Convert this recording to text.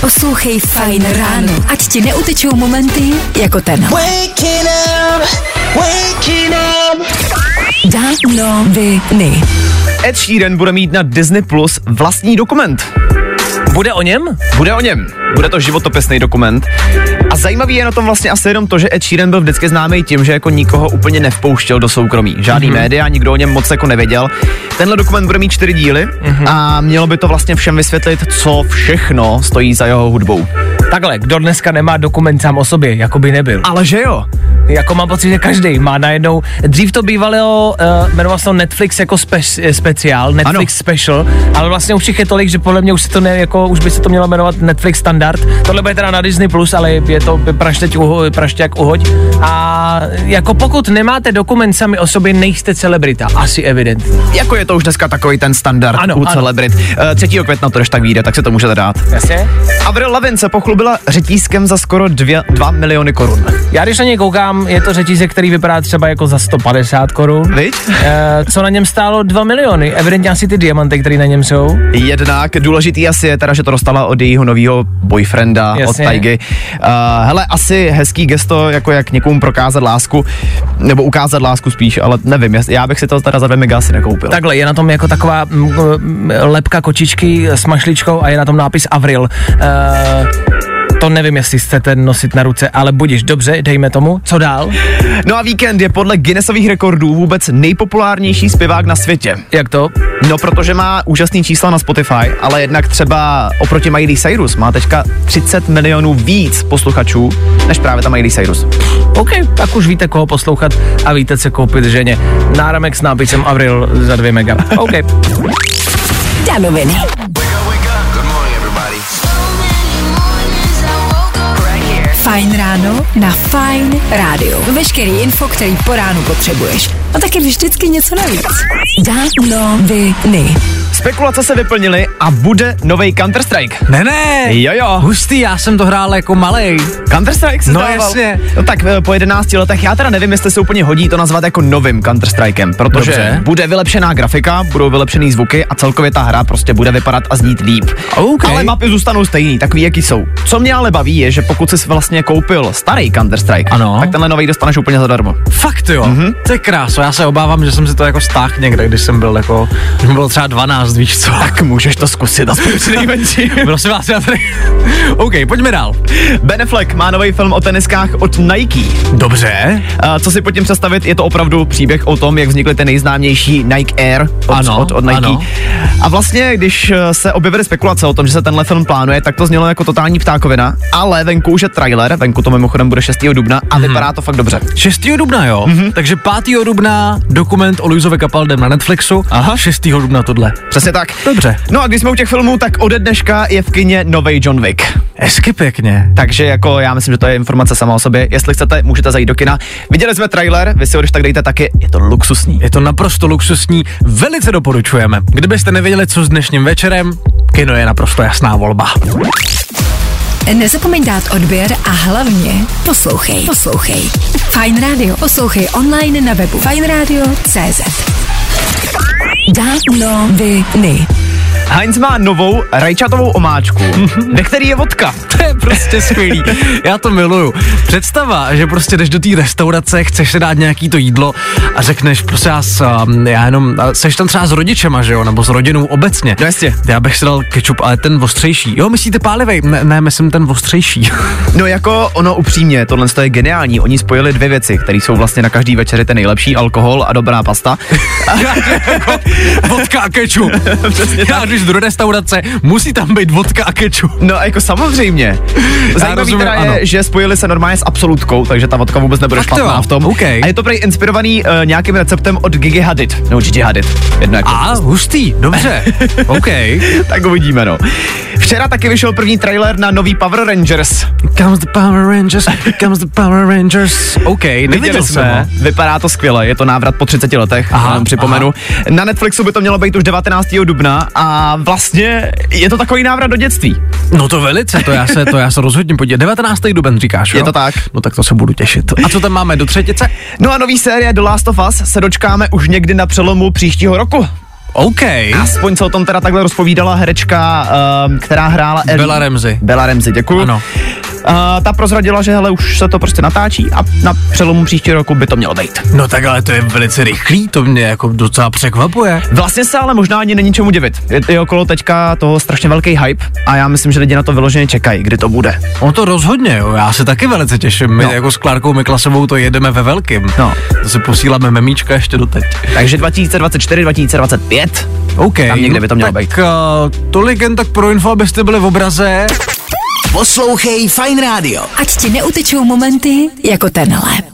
Poslouchej Fajn ráno, ať ti neutečou momenty jako ten. Waking up, waking up. Danoviny. Ed Sheeran bude mít na Disney Plus vlastní dokument. Bude o něm? Bude o něm. Bude to životopisný dokument. A zajímavý je na tom vlastně asi jenom to, že Ed Sheeran byl vždycky známý tím, že jako nikoho úplně nevpouštěl do soukromí. Žádný Mhm. mm-hmm. média, nikdo o něm moc jako nevěděl. Tenhle dokument bude mít čtyři díly Mhm. mm-hmm. a mělo by to vlastně všem vysvětlit, co všechno stojí za jeho hudbou. Takhle, kdo dneska nemá dokument sám o sobě, jako by nebyl. Ale že jo? Jako mám pocit, že každý má najednou. Dřív to bývalo, uh, jmenoval se to Netflix jako spe- eh, speciál, Netflix ano. special, ale vlastně už jich je tolik, že podle mě už se to ne, jako už by se to mělo jmenovat Netflix standard. Tohle bude teda na Disney Plus, ale je to praštěť uho, prašťák uhoď. A jako pokud nemáte dokument sami o sobě, nejste celebrita, asi evident. Jako je to už dneska takový ten standard Ano, u ano. celebrit. Eh, 3. května to když tak vyjde, tak se to můžete dát. Jasně? Avril Lavigne se pochlubila řetízkem za skoro 2 miliony korun. Já když na něj koukám, je to řetízek, který vypadá třeba jako za 150 korun. Viď? Eh, co na něm stálo 2 miliony. Evidentně asi ty diamanty, které na něm jsou. Jednak důležitý asi je teda, že to dostala od jejího nového boyfrienda, Jasně. od Taigy. Uh, hele, asi hezký gesto, jako jak někomu prokázat lásku, nebo ukázat lásku spíš, ale nevím, jas- já bych si to teda za dvě mega asi nekoupil. Takhle, je na tom jako taková mm, mm, lepka kočičky s mašličkou a je na tom nápis Avril. Eh, to nevím, jestli chcete nosit na ruce, ale budíš dobře, dejme tomu. Co dál? No a víkend je podle Guinnessových rekordů vůbec nejpopulárnější zpěvák na světě. Jak to? No, protože má úžasný čísla na Spotify, ale jednak třeba oproti Miley Cyrus má teďka 30 milionů víc posluchačů, než právě ta Miley Cyrus. OK, tak už víte, koho poslouchat a víte, co koupit ženě. Náramek s nápisem Avril za 2 mega. OK. Danoviny. Fajn ráno na Fajn rádiu. Veškerý info, který po ránu potřebuješ. A taky vždycky něco navíc. Danoviny. Spekulace se vyplnily a bude nový Counter-Strike. Ne, ne. Jo, jo. Hustý, já jsem to hrál jako malej. Counter-Strike se No, dával. jasně. No tak eh, po 11 letech, já teda nevím, jestli se úplně hodí to nazvat jako novým Counter-Strikem, protože Dobře. bude vylepšená grafika, budou vylepšený zvuky a celkově ta hra prostě bude vypadat a znít líp. OK. Ale mapy zůstanou stejný, takový, jaký jsou. Co mě ale baví je, že pokud jsi vlastně koupil starý Counter-Strike, Ano. tak tenhle nový dostaneš úplně zadarmo. Fakt jo, Mhm. mm-hmm. to je kráso. Já se obávám, že jsem si to jako stáhl někde, když jsem byl jako, když mi bylo třeba 12, víš co. Tak můžeš to zkusit, aspoň při nejmenší. Prosím vás, já tady... OK, pojďme dál. Ben Affleck má nový film o teniskách od Nike. Dobře. A co si pod tím představit, je to opravdu příběh o tom, jak vznikly ty nejznámější Nike Air od, Ano, od, od Nike. ano. A vlastně, když eh, se objevily spekulace o tom, že se tenhle film plánuje, tak to znělo jako totální ptákovina, ale venku už je trailer, venku to mimochodem bude 6. dubna a Mhm. vypadá to fakt dobře. 6. dubna, jo? Mhm. Mm-hmm. Takže 5. dubna dokument o Luizovi Kapaldem na Netflixu. Aha. 6. dubna tohle. Přesně tak. Dobře. No a když jsme u těch filmů, tak ode dneška je v kině nový John Wick. Hezky pěkně. Takže jako já myslím, že to je informace sama o sobě. Jestli chcete, můžete zajít do kina. Viděli jsme trailer, vy si ho když tak dejte taky, je to luxusní. Je to naprosto luxusní, velice doporučujeme. Kdybyste nevěděli, co s dnešním večerem, kino je naprosto jasná volba. Nezapomeň dát odběr a hlavně poslouchej. Poslouchej. Fajn rádio. Poslouchej online na webu fajnradio.cz Danoviny. Heinz má novou rajčatovou omáčku, ve který je vodka. Mhm. To je prostě skvělý. Já to miluju. Představa, že prostě jdeš do té restaurace, chceš si dát nějaký to jídlo a řekneš, prostě já, já jenom, a seš tam třeba s rodičema, že jo, nebo s rodinou obecně. No jasně. Já bych si dal kečup, ale ten ostřejší. Jo, myslíte pálivej? Ne, ne, myslím ten ostřejší. No jako ono upřímně, tohle to je geniální. Oni spojili dvě věci, které jsou vlastně na každý večeři ten nejlepší alkohol a dobrá pasta. vodka a kečup. já když jdu do restaurace, musí tam být vodka a kečup. No a jako samozřejmě. Zajímavý rozumím, teda je, ano. že spojili se normálně s absolutkou, takže ta vodka vůbec nebude Fakt jo, špatná v tom. OK. A je to prej inspirovaný uh, nějakým receptem od Gigi Hadid. No, Gigi Hadid. Jedno jako. A, hustý, dobře, OK. Tak uvidíme, no. Včera taky vyšel první trailer na nový Power Rangers. Comes the Power Rangers, comes the Power Rangers. OK, neviděl Viděli jsem ho. jsme. Vypadá to skvěle, je to návrat po 30 letech, Aha, aha, připomenu. Aha. Na Netflixu by to mělo být už 19. dubna a vlastně je to takový návrat do dětství. No to velice, to já se, to já se rozhodně podívám. 19. duben říkáš, jo? Je to tak. No tak to se budu těšit. A co tam máme do třetice? No a nový série The Last of Us se dočkáme už někdy na přelomu příštího roku. OK. Aspoň se o tom teda takhle rozpovídala herečka, ehm, která hrála Ellie. Bella Ramsey. Bella Ramsey, děkuju. Ano. A ta prozradila, že hele, už se to prostě natáčí a na přelomu příštího roku by to mělo být. No tak ale to je velice rychlý, to mě jako docela překvapuje. Vlastně se ale možná ani není čemu divit. Je, je okolo teďka toho strašně velký hype a já myslím, že lidi na to vyloženě čekají, kdy to bude. On to rozhodně, jo. já se taky velice těším. My No. no. jako s Klárkou Miklasovou to jedeme ve velkým. No. To si posíláme memíčka ještě doteď. Takže 2024, 2025. OK. Tam někde by to mělo tak, být. Uh, tolik jen tak pro info, abyste byli v obraze. Poslouchej Fine Radio. Ať ti neutečou momenty jako tenhle.